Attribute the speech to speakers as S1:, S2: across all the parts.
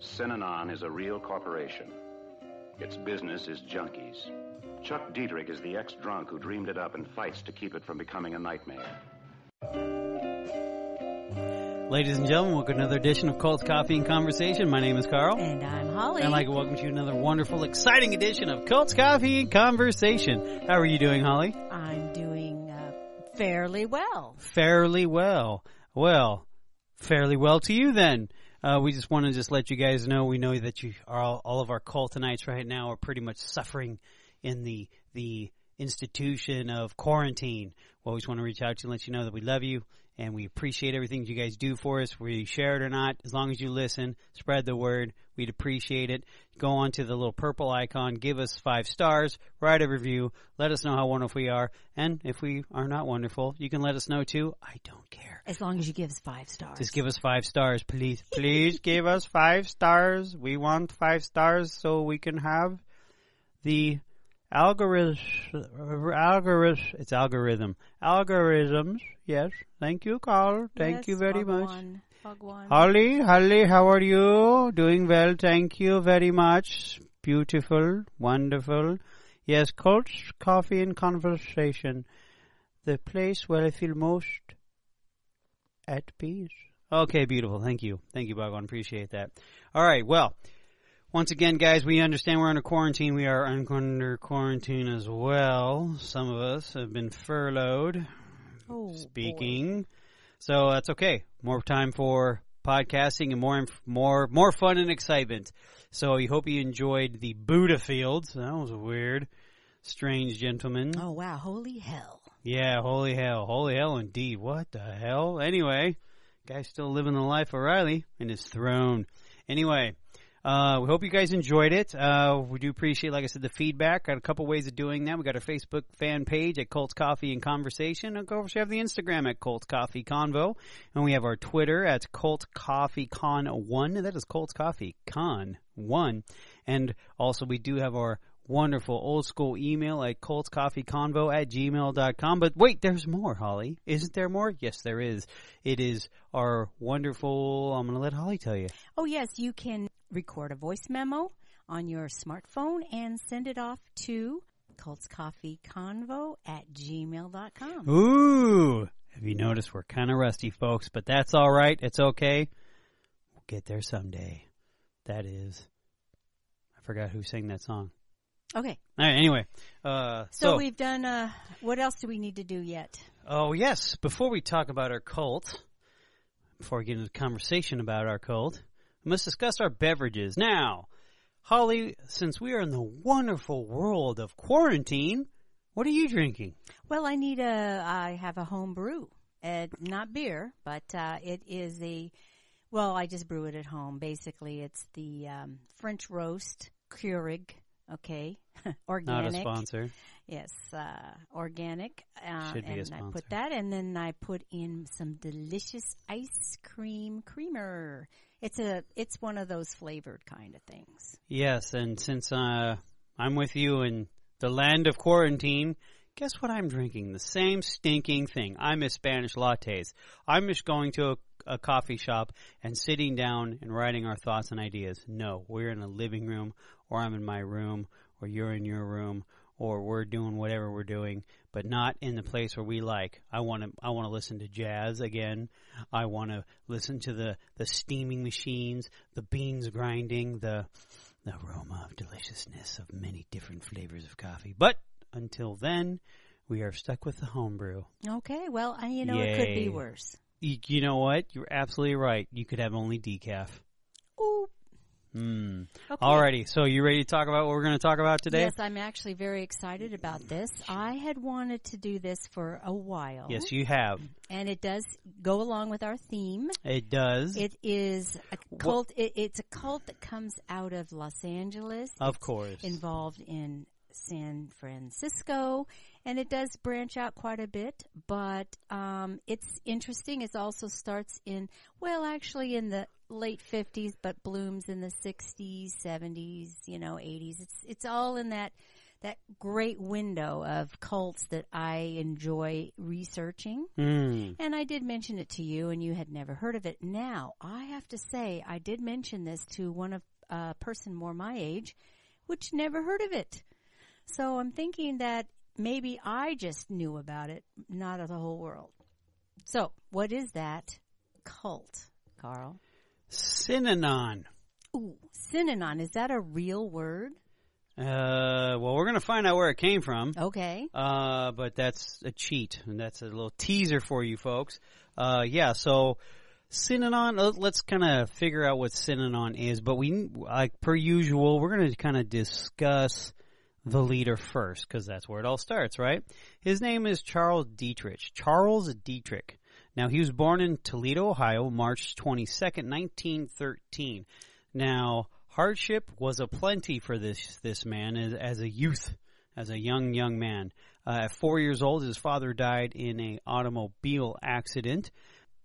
S1: Synanon is a real corporation. Its business is junkies. Chuck Dietrich is the ex drunk who dreamed it up and fights to keep it from becoming a nightmare.
S2: Ladies and gentlemen, welcome to another edition of Colts Coffee and Conversation. My name is Carl.
S3: And I'm Holly.
S2: And I'd like to welcome you to another wonderful, exciting edition of Colts Coffee and Conversation. How are you doing, Holly?
S3: I'm doing uh, fairly well.
S2: Fairly well. Well, fairly well to you then. Uh, we just want to just let you guys know we know that you are all, all of our Coltonites right now are pretty much suffering in the the institution of quarantine. We always want to reach out to you and let you know that we love you and we appreciate everything that you guys do for us, whether you share it or not. As long as you listen, spread the word. We'd appreciate it. Go on to the little purple icon, give us five stars, write a review, let us know how wonderful we are, and if we are not wonderful, you can let us know too. I don't care.
S3: As long as you give us five stars.
S2: Just give us five stars, please. Please give us five stars. We want five stars so we can have the algorithm. Algorithm. It's algorithm. Algorithms. Yes. Thank you, Carl. Thank
S3: Yes,
S2: you very much.
S3: Bhagwan, Bhagwan.
S2: Holly, Holly, how are you? Doing well, thank you very much. Beautiful, wonderful. Yes, Colts Coffee and Conversation, the place where I feel most at peace. Okay, beautiful. Thank you. Thank you, Bhagwan. Appreciate that. All right, well, once again, guys, we understand we're under quarantine. We are un- under quarantine as well. Some of us have been furloughed
S3: Oh, boy.
S2: speaking. So that's okay. More time for podcasting and more inf- more more fun and excitement. So we hope you enjoyed the Buddha fields. That was a weird, strange gentleman.
S3: Oh wow! Holy hell!
S2: Yeah, holy hell, holy hell indeed. What the hell? Anyway, guy's still living the life of Riley in his throne. Anyway, uh, we hope you guys enjoyed it. Uh, we do appreciate, like I said, the feedback. Got a couple ways of doing that. We got our Facebook fan page at Colts Coffee and Conversation. Of course, we have the Instagram at Colts Coffee Convo, and we have our Twitter at Colts Coffee Con One. That is Colts Coffee Con One, and also we do have our wonderful old school email at coltscoffeeconvo at gmail.com. But wait, there's more, Holly. Isn't there more? Yes, there is. It is our wonderful, I'm going to let Holly tell you.
S3: Oh yes, you can record a voice memo on your smartphone and send it off to cultscoffeeconvo at gmail.com.
S2: Ooh, have you noticed we're kind of rusty, folks? But that's all right. It's okay. We'll get there someday. That is, I forgot who sang that song.
S3: Okay,
S2: All right, anyway. Uh,
S3: so, we've done. Uh, what else do we need to do yet?
S2: Oh, yes. Before we talk about our cult, before we get into the conversation about our cult, we must discuss our beverages. Now, Holly, since we are in the wonderful world of quarantine, what are you drinking?
S3: Well, I need a. I have a home brew, uh, not beer, but uh, it is a. Well, I just brew it at home. Basically, it's the um, French roast Keurig. Okay,
S2: Not
S3: organic.
S2: a sponsor.
S3: Yes, uh, organic. Uh,
S2: Should be a
S3: and I
S2: sponsor.
S3: put that, and then I put in some delicious ice cream creamer. It's a. It's one of those flavored kind of things.
S2: Yes, and since uh, I'm with you in the land of quarantine, guess what I'm drinking? The same stinking thing. I miss Spanish lattes. I miss going to a, a coffee shop and sitting down and writing our thoughts and ideas. No, we're in a living room, or I'm in my room, or you're in your room, or we're doing whatever we're doing, but not in the place where we like. I want to I want to listen to jazz again. I want to listen to the the steaming machines, the beans grinding, the the aroma of deliciousness of many different flavors of coffee. But until then, we are stuck with the homebrew.
S3: Okay. Well, I, you know, it could
S2: Yay.
S3: be worse.
S2: You, you know what? You're absolutely right. You could have only decaf.
S3: Ooh.
S2: Hmm.
S3: Okay.
S2: Alrighty, so you ready to talk about what we're going to talk about today?
S3: Yes, I'm actually very excited about this. I had wanted to do this for a while.
S2: Yes, you have.
S3: And it does go along with our theme.
S2: It does.
S3: It is a cult. It, it's a cult that comes out of Los Angeles,
S2: of course.
S3: involved in San Francisco, and it does branch out quite a bit. But um, it's interesting. It also starts in well, actually, in the late '50s, but blooms in the '60s, '70s, you know, '80s. It's it's all in that that great window of cults that I enjoy researching.
S2: Mm.
S3: And I did mention it to you, and you had never heard of it. Now, I have to say, I did mention this to one of a person more my age, which never heard of it. So I'm thinking that maybe I just knew about it, not of the whole world. So, what is that cult, Carl?
S2: Synanon.
S3: Ooh, synanon. Is that a real word?
S2: Uh, well, we're going to find out where it came from.
S3: Okay.
S2: Uh, but that's a cheat, and that's a little teaser for you folks. Uh, yeah, so Synanon, uh, let's kind of figure out what Synanon is, but we, like per usual, we're going to kind of discuss the leader first, because that's where it all starts, right? His name is Charles Dietrich. Charles Dietrich. Now, he was born in Toledo, Ohio, March 22nd, 1913. Now, hardship was a plenty for this, this man as, as a youth as a young young man. Uh, at four years old, his father died in a automobile accident.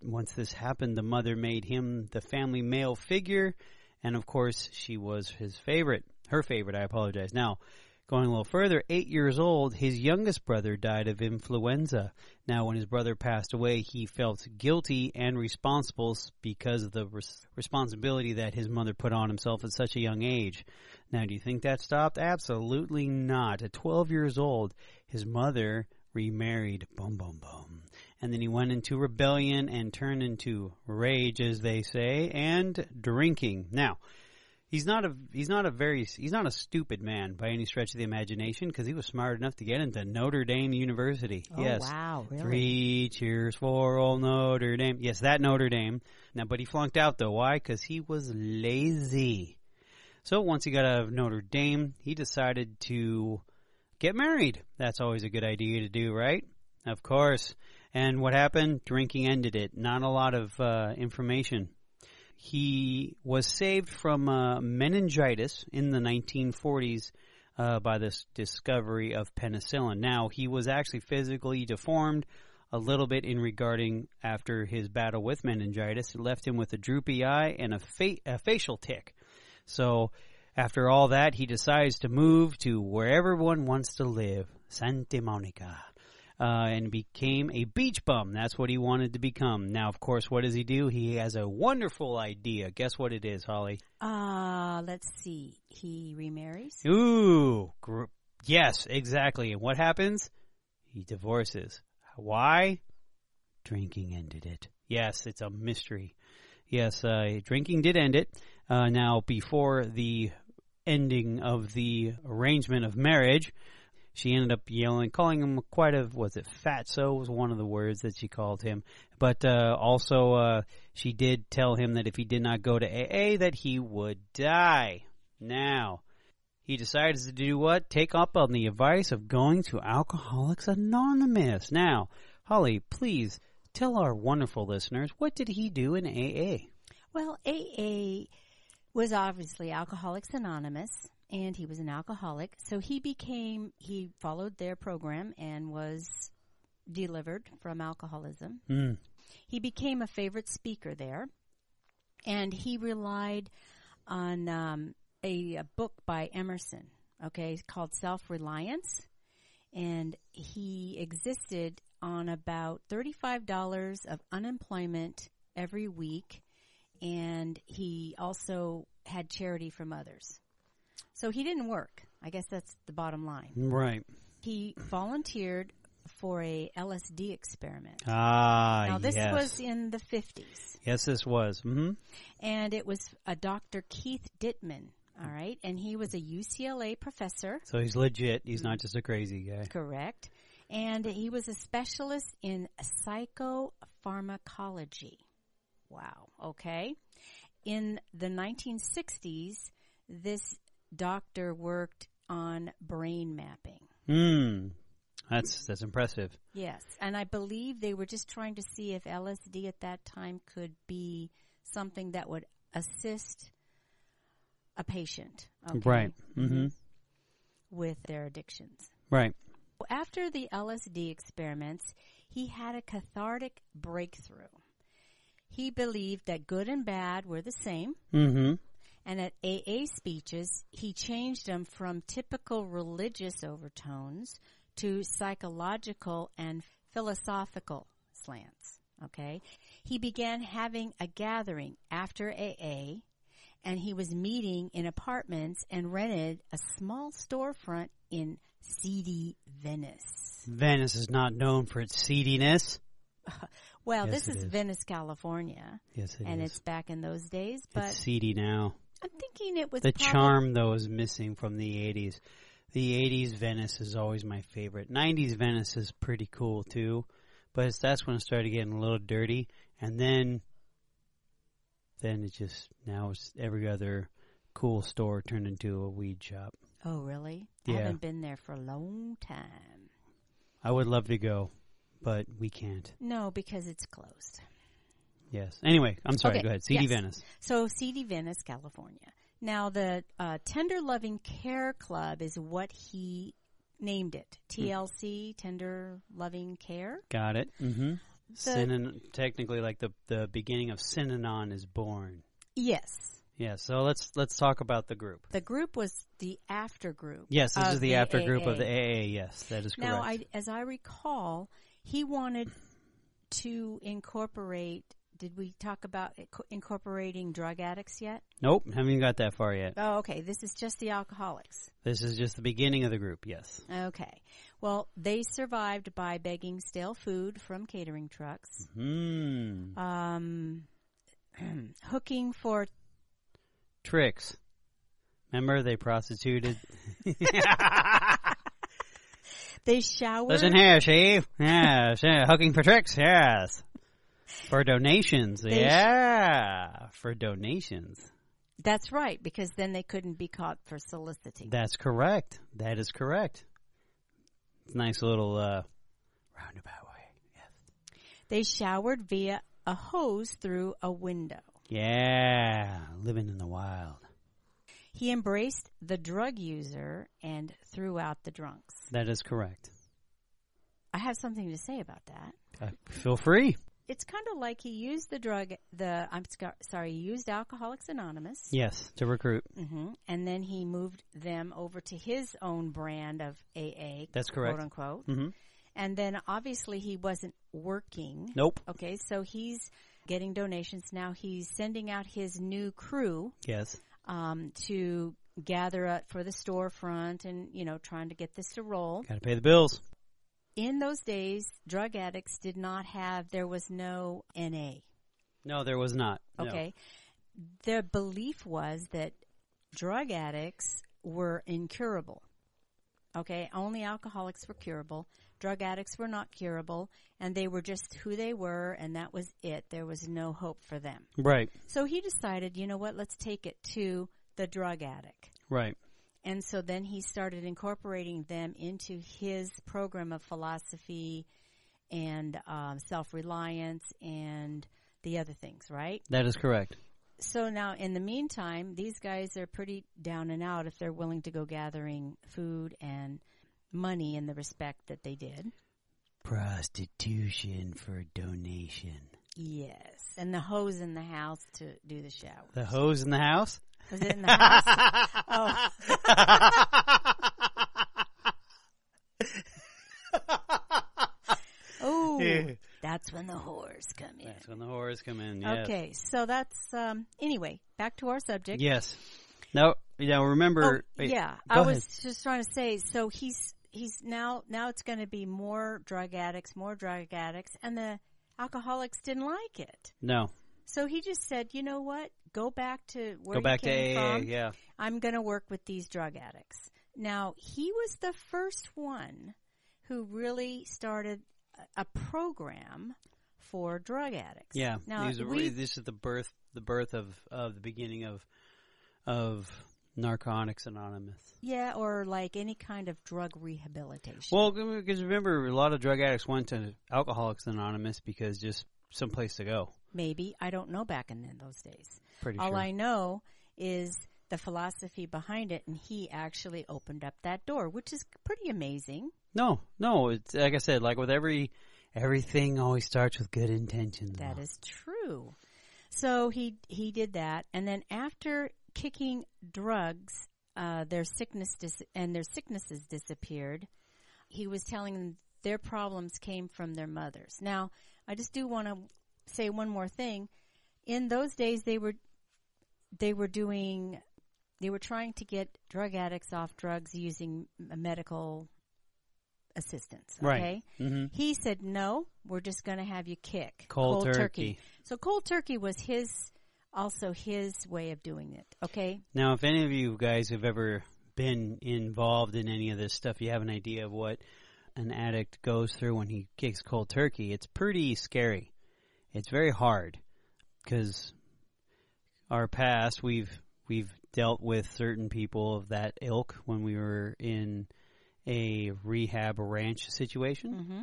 S2: Once this happened, the mother made him the family male figure, and of course, she was his favorite. Her favorite. I apologize. Now, going a little further, eight years old, his youngest brother died of influenza. Now, when his brother passed away, he felt guilty and responsible because of the res- responsibility that his mother put on himself at such a young age. Now, do you think that stopped? Absolutely not. At 12 years old, his mother remarried. Boom, boom, boom. And then he went into rebellion and turned into rage, as they say, and drinking. Now, he's not a he's not a very he's not a stupid man by any stretch of the imagination because he was smart enough to get into Notre Dame University.
S3: Oh,
S2: yes,
S3: wow, really?
S2: three cheers for old Notre Dame. Yes, that Notre Dame. Now, but he flunked out though. Why? Because he was lazy. So once he got out of Notre Dame, he decided to get married. That's always a good idea to do, right? Of course. And what happened? Drinking ended it. Not a lot of uh, information. He was saved from uh, meningitis in the 1940s uh, by this discovery of penicillin. Now, he was actually physically deformed a little bit in regarding after his battle with meningitis. It left him with a droopy eye and a, fa- a facial tic. So after all that, he decides to move to where everyone wants to live, Santa Monica, uh, and became a beach bum. That's what he wanted to become. Now, of course, what does he do? He has a wonderful idea. Guess what it is, Holly?
S3: Uh, let's see. He remarries.
S2: Ooh, gr- yes, exactly. And what happens? He divorces. Why? Drinking ended it. Yes, it's a mystery. Yes, uh, drinking did end it. Uh, now, before the ending of the arrangement of marriage, she ended up yelling, calling him quite a was it fatso was one of the words that she called him. But uh, also, uh, she did tell him that if he did not go to AA, that he would die. Now, he decides to do what? Take up on the advice of going to Alcoholics Anonymous. Now, Holly, please tell our wonderful listeners what did he do in AA?
S3: Well, AA was obviously Alcoholics Anonymous, and he was an alcoholic. So he became, he followed their program and was delivered from alcoholism.
S2: Mm.
S3: He became a favorite speaker there, and he relied on um, a, a book by Emerson, okay, called Self Reliance. And he existed on about $35 of unemployment every week, and he also had charity from others. So he didn't work. I guess that's the bottom line.
S2: Right.
S3: He volunteered for a LSD experiment.
S2: Ah,
S3: Now this
S2: yes.
S3: was in the 50s
S2: yes, this was. hmm
S3: and it was a Dr. Keith Dittman, all right? And he was a UCLA professor,
S2: So he's legit. He's not just a crazy guy.
S3: correct? And he was a specialist in psychopharmacology. Wow, okay. In the 1960s, this doctor worked on brain mapping.
S2: Hmm. That's that's impressive.
S3: Yes, and I believe they were just trying to see if LSD at that time could be something that would assist a patient okay,
S2: Right. hmm
S3: with their addictions.
S2: Right.
S3: After the LSD experiments, he had a cathartic breakthrough. He believed that good and bad were the same
S2: hmm
S3: And at AA speeches, he changed them from typical religious overtones to psychological and philosophical slants. Okay. He began having a gathering after AA and he was meeting in apartments and rented a small storefront in seedy Venice.
S2: Venice is not known for its seediness.
S3: Well,
S2: Yes,
S3: this
S2: it
S3: is,
S2: is.
S3: Venice, California,
S2: Yes, it
S3: and
S2: is.
S3: it's back in those days, but
S2: it's seedy now.
S3: I'm thinking it was
S2: the
S3: probably-
S2: charm though is missing from the 80s the 80s venice is always my favorite 90s venice is pretty cool too but it's, that's when it started getting a little dirty and then then it just now it's every other cool store turned into a weed shop
S3: Oh, really? I
S2: Yeah.
S3: haven't been there for a long time.
S2: i would love to go but we can't
S3: No, because it's closed.
S2: yes anyway i'm sorry
S3: Okay,
S2: go ahead cd
S3: yes.
S2: venice
S3: So, CD Venice, California. Now, the uh, Tender Loving Care Club is what he named it.
S2: Hmm.
S3: TLC, Tender Loving Care.
S2: got it mm-hmm Synon- technically like the the beginning of synanon is born
S3: Yes.
S2: yeah so let's let's talk about the group
S3: The group was the after group.
S2: Yes, this
S3: of
S2: is the after group of
S3: AA.
S2: the AA. Yes, that is correct.
S3: Now, I, as I recall, he wanted to incorporate. Did we talk about inco- incorporating drug addicts yet?
S2: nope, haven't even got that far yet.
S3: Oh, okay. This is just the alcoholics.
S2: This is just the beginning of the group. Yes,
S3: Okay. Well, they survived by begging stale food from catering trucks,
S2: Hmm.
S3: um, hooking for.
S2: tricks. Remember, they prostituted.
S3: They showered.
S2: Listen here, chief. Yes, yeah, hooking for tricks. Yes, for donations.
S3: They-
S2: yeah, for donations.
S3: That's right, because then they couldn't be caught for soliciting.
S2: That's correct. That is correct. It's a nice little uh, roundabout way.
S3: They showered via a hose through a window.
S2: Yeah, living in the wild.
S3: He embraced the drug user and threw out the drunks.
S2: That is correct.
S3: I have something to say about that.
S2: Uh, feel free.
S3: It's kind of like he used the drug, the, I'm sc- sorry, he used Alcoholics Anonymous.
S2: Yes, to recruit.
S3: hmm And then he moved them over to his own brand of AA.
S2: That's correct.
S3: Quote unquote.
S2: Mm-hmm.
S3: And then obviously he wasn't working.
S2: Nope.
S3: Okay, so he's getting donations now. He's sending out his new crew
S2: Yes.
S3: um, to gather up for the storefront and, you know, trying to get this to roll.
S2: Got to pay the bills.
S3: In those days, drug addicts did not have, there was no NA.
S2: No, there was not. No.
S3: Okay. Their belief was that drug addicts were incurable. Okay. Only alcoholics were curable. Drug addicts were not curable, and they were just who they were, and that was it. There was no hope for them.
S2: Right.
S3: So he decided, you know what, let's take it to the drug addict.
S2: Right.
S3: And so then he started incorporating them into his program of philosophy and um, self reliance and the other things, right?
S2: That is correct.
S3: So now, in the meantime, these guys are pretty down and out if they're willing to go gathering food and money in the respect that they did.
S2: Prostitution for donation.
S3: Yes, and the hose in the house to do the shower.
S2: The hose in the house.
S3: Was it in the house? oh, oh,
S2: Yeah.
S3: that's when the whores come in.
S2: That's when the horrors come in. Yes.
S3: Okay, so that's um, anyway. Back to our subject.
S2: Yes. Now, now
S3: Oh,
S2: remember. er, wait,
S3: yeah,
S2: go
S3: I
S2: ahead.
S3: was just trying to say. So he's he's now now it's going to be more drug addicts, more drug addicts, and the alcoholics didn't like it.
S2: No,
S3: So he just said, you know what? Go back to where
S2: go
S3: you
S2: back to
S3: came
S2: AA.
S3: from.
S2: Yeah.
S3: I'm going to work with these drug addicts. Now he was the first one who really started a, a program for drug addicts.
S2: Yeah.
S3: Now
S2: These are-
S3: we
S2: this is the birth, the birth of, of the beginning of, of Narcotics Anonymous.
S3: Yeah, or like any kind of drug rehabilitation.
S2: Well, because remember, a lot of drug addicts went to Alcoholics Anonymous because just some place to go.
S3: Maybe. I don't know back in then, those days.
S2: Pretty
S3: All
S2: sure.
S3: I know is the philosophy behind it, and he actually opened up that door, which is pretty amazing.
S2: no, no. It's like I said, like with every everything, always starts with good intentions.
S3: That is true. So he he did that, and then after kicking drugs, uh, their sickness dis- and their sicknesses disappeared. He was telling them their problems came from their mothers. Now, I just do want to say one more thing. In those days, they were they were doing they were trying to get drug addicts off drugs using m- medical assistance.
S2: Right.
S3: Okay.
S2: Mhm.
S3: He said, "No, we're just going to have you kick
S2: Cold turkey.
S3: So cold turkey was his also his way of doing it. Okay.
S2: Now, if any of you guys have ever been involved in any of this stuff, you have an idea of what an addict goes through when he kicks cold turkey. It's pretty scary. It's very hard because our past we've we've dealt with certain people of that ilk when we were in a rehab ranch situation
S3: Mm-hmm.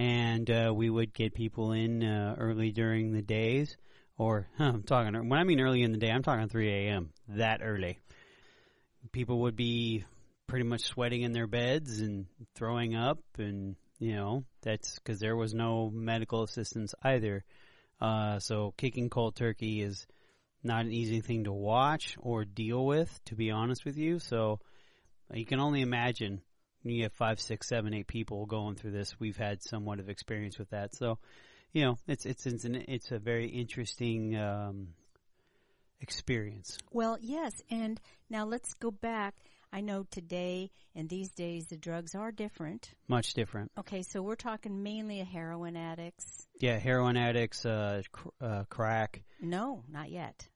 S2: and uh, we would get people in uh, early during the days, or huh, I'm talking when I mean early in the day, I'm talking 3 a.m. That early, people would be pretty much sweating in their beds and throwing up, and you know that's because there was no medical assistance either. Uh, so kicking cold turkey is not an easy thing to watch or deal with, to be honest with you. So uh, you can only imagine you have five, six, seven, eight people going through this. We've had somewhat of experience with that, so you know it's it's it's, an, it's a very interesting um, experience.
S3: Well, yes, and now let's go back. I know today and these days the drugs are different.
S2: Much different.
S3: Okay, so we're talking mainly of heroin addicts.
S2: Yeah, heroin addicts, uh, cr- uh, crack.
S3: No, not yet.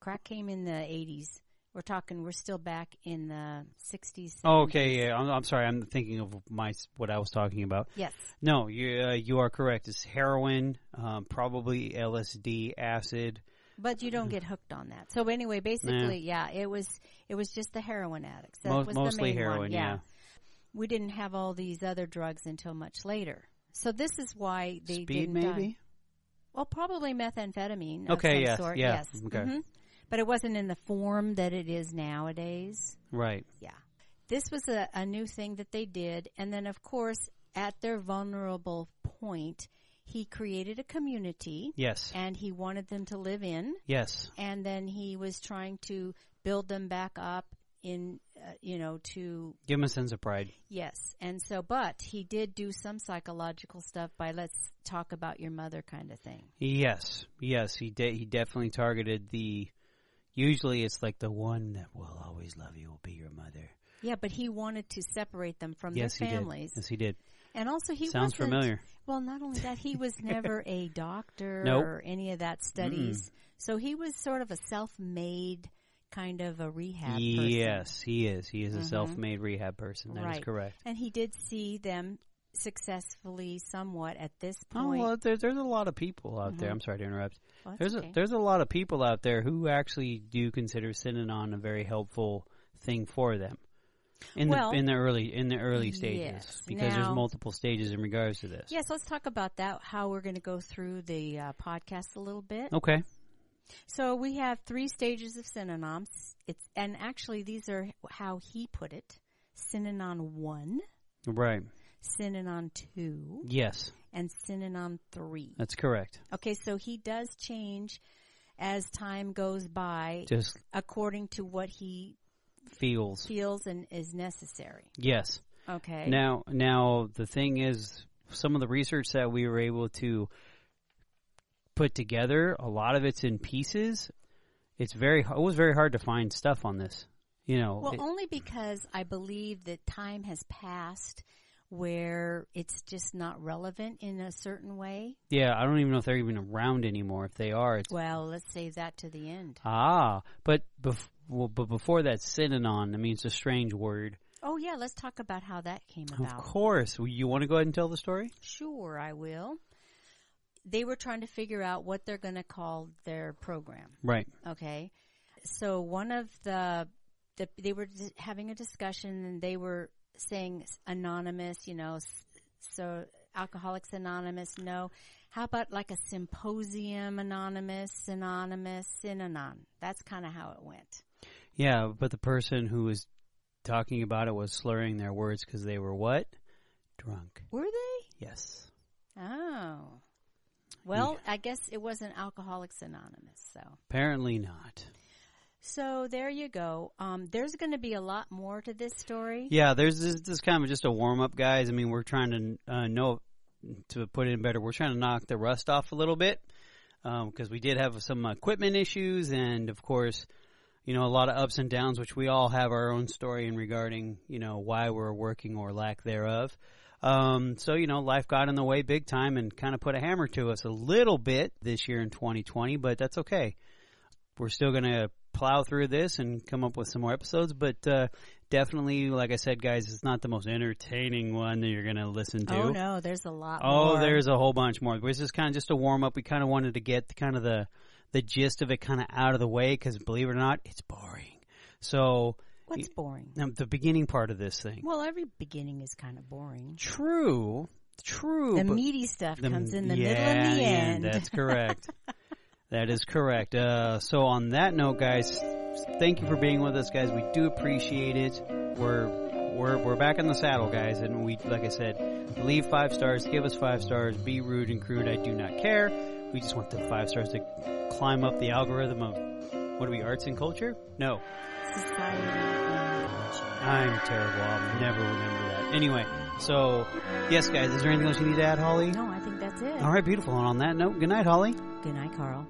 S3: Crack came in the 80s. We're talking we're still back in the 60s.
S2: Oh,
S3: 70s.
S2: okay, yeah. I'm, I'm sorry. I'm thinking of my s- what I was talking about.
S3: Yes.
S2: No, you uh, you are correct. It's heroin, um, probably LSD, acid.
S3: But you don't get hooked on that. So anyway, basically, yeah, it was it was just the heroin addicts. That
S2: Mo-
S3: was the
S2: mostly
S3: main
S2: heroin.
S3: one.
S2: yeah.
S3: we didn't have all these other drugs until much later. So this is why they
S2: Speed
S3: didn't
S2: maybe.
S3: die. Well, probably methamphetamine.
S2: Okay,
S3: Of some
S2: yes,
S3: Sort.
S2: yeah,
S3: Yes.
S2: okay.
S3: mhm. But it wasn't in the form that it is nowadays.
S2: Right.
S3: Yeah. This was a, a new thing that they did. And then, of course, at their vulnerable point, he created a community
S2: Yes.
S3: and he wanted them to live in.
S2: yes.
S3: And then he was trying to build them back up in, uh, you know, to
S2: Give him a sense of pride.
S3: Yes. And so, but he did do some psychological stuff by let's talk about your mother kind of thing.
S2: Yes, yes, he de- he definitely targeted the. Usually, it's like the one that will always love you will be your mother.
S3: Yeah, but he wanted to separate them from
S2: yes,
S3: their
S2: he
S3: families.
S2: did. Yes, he did.
S3: And also, he
S2: Sounds
S3: wasn't-
S2: familiar.
S3: Well, not only that, he was never a doctor
S2: Nope.
S3: or any of that studies. So he was sort of a self made kind of a rehab person. Mm-hmm.
S2: Yes, he is. He is a self-made rehab person. That is
S3: Right.
S2: correct.
S3: And he did see them successfully somewhat at this
S2: Oh
S3: point.
S2: well, there, there's a lot of people out there. I'm sorry to interrupt.
S3: Well, that's
S2: there's
S3: okay.
S2: a, there's a lot of people out there who actually do consider Synanon a very helpful thing for them. In
S3: Well-
S2: the in the early in the early stages,
S3: Yes.
S2: because there's
S3: Now-
S2: multiple stages in regards to this.
S3: Yes, let's talk about that, how we're going to go through the uh, podcast a little bit.
S2: Okay.
S3: So we have three stages of synonyms. It's and actually these are how he put it: synonym one,
S2: Right.
S3: synonym two,
S2: Yes,
S3: and synonym three.
S2: that's correct.
S3: Okay, so he does change as time goes by,
S2: Just
S3: according to what he
S2: feels.
S3: feels and is necessary.
S2: Yes.
S3: Okay,
S2: Now, now the thing is, some of the research that we were able to put together, a lot of it's in pieces. It's very. It was very hard to find stuff on this. You know.
S3: well, oh.
S2: it-
S3: only because I believe that time has passed where it's just not relevant in a certain way.
S2: yeah, I don't even know if they're even around anymore. If they are, it's
S3: Well, let's save that to the end.
S2: ah. But bef- well, but before that, synonym. I mean, it's a strange word.
S3: Oh yeah, let's talk about how that came
S2: Of
S3: about.
S2: course, Well, you want to go ahead and tell the story.
S3: Sure, I will. They were trying to figure out what they're going to call their program.
S2: Right.
S3: Okay. So one of the, the they were dis- having a discussion and they were saying s- anonymous, you know, s- so Alcoholics Anonymous, no. How about like a symposium anonymous, synonymous, synanon? That's kind of how it went.
S2: Yeah, but the person who was talking about it was slurring their words because they were what? Drunk.
S3: Were they?
S2: Yes.
S3: Oh. Well, I guess it wasn't Alcoholics Anonymous, so.
S2: Apparently not.
S3: So there you go. Um, there's going to be a lot more to this story.
S2: Yeah, there's this, this is kind of just a warm up, guys. I mean, we're trying to uh, know to put it in better. We're trying to knock the rust off a little bit because we did have some equipment issues, and of course, you know, a lot of ups and downs, which we all have our own story in regarding you know why we're working or lack thereof. Um, so you know, life got in the way big time and kind of put a hammer to us a little bit this year in 2020, but that's okay. We're still going to plow through this and come up with some more episodes. But uh, definitely, like I said, guys, it's not the most entertaining one that you're going to listen to.
S3: Oh no, there's a lot.
S2: Oh,
S3: more.
S2: there's a whole bunch more. This is kind of just a warm up. We kind of wanted to get kind of the the gist of it kind of out of the way because believe it or not, it's boring. So
S3: what's boring.
S2: um, the beginning part of this thing.
S3: Well, every beginning is kind of boring.
S2: True, true.
S3: The
S2: but
S3: meaty stuff
S2: the-
S3: comes in the
S2: yeah,
S3: middle and the
S2: yeah,
S3: end.
S2: That's correct. that is correct. Uh, so on that note, guys, thank you for being with us, guys. We do appreciate it. We're we're, we're back in the saddle, guys, and we like I said, leave five stars, give us five stars, be rude and crude. I do not care. We just want the five stars to climb up the algorithm of what are we arts and culture? No,
S3: Society.
S2: I'm terrible. I'll never remember that. Anyway, so yes, guys, is there anything else you need to add, Holly?
S3: No, I think that's it.
S2: All right, beautiful. And on that note, good night, Holly.
S3: Good night, Carl.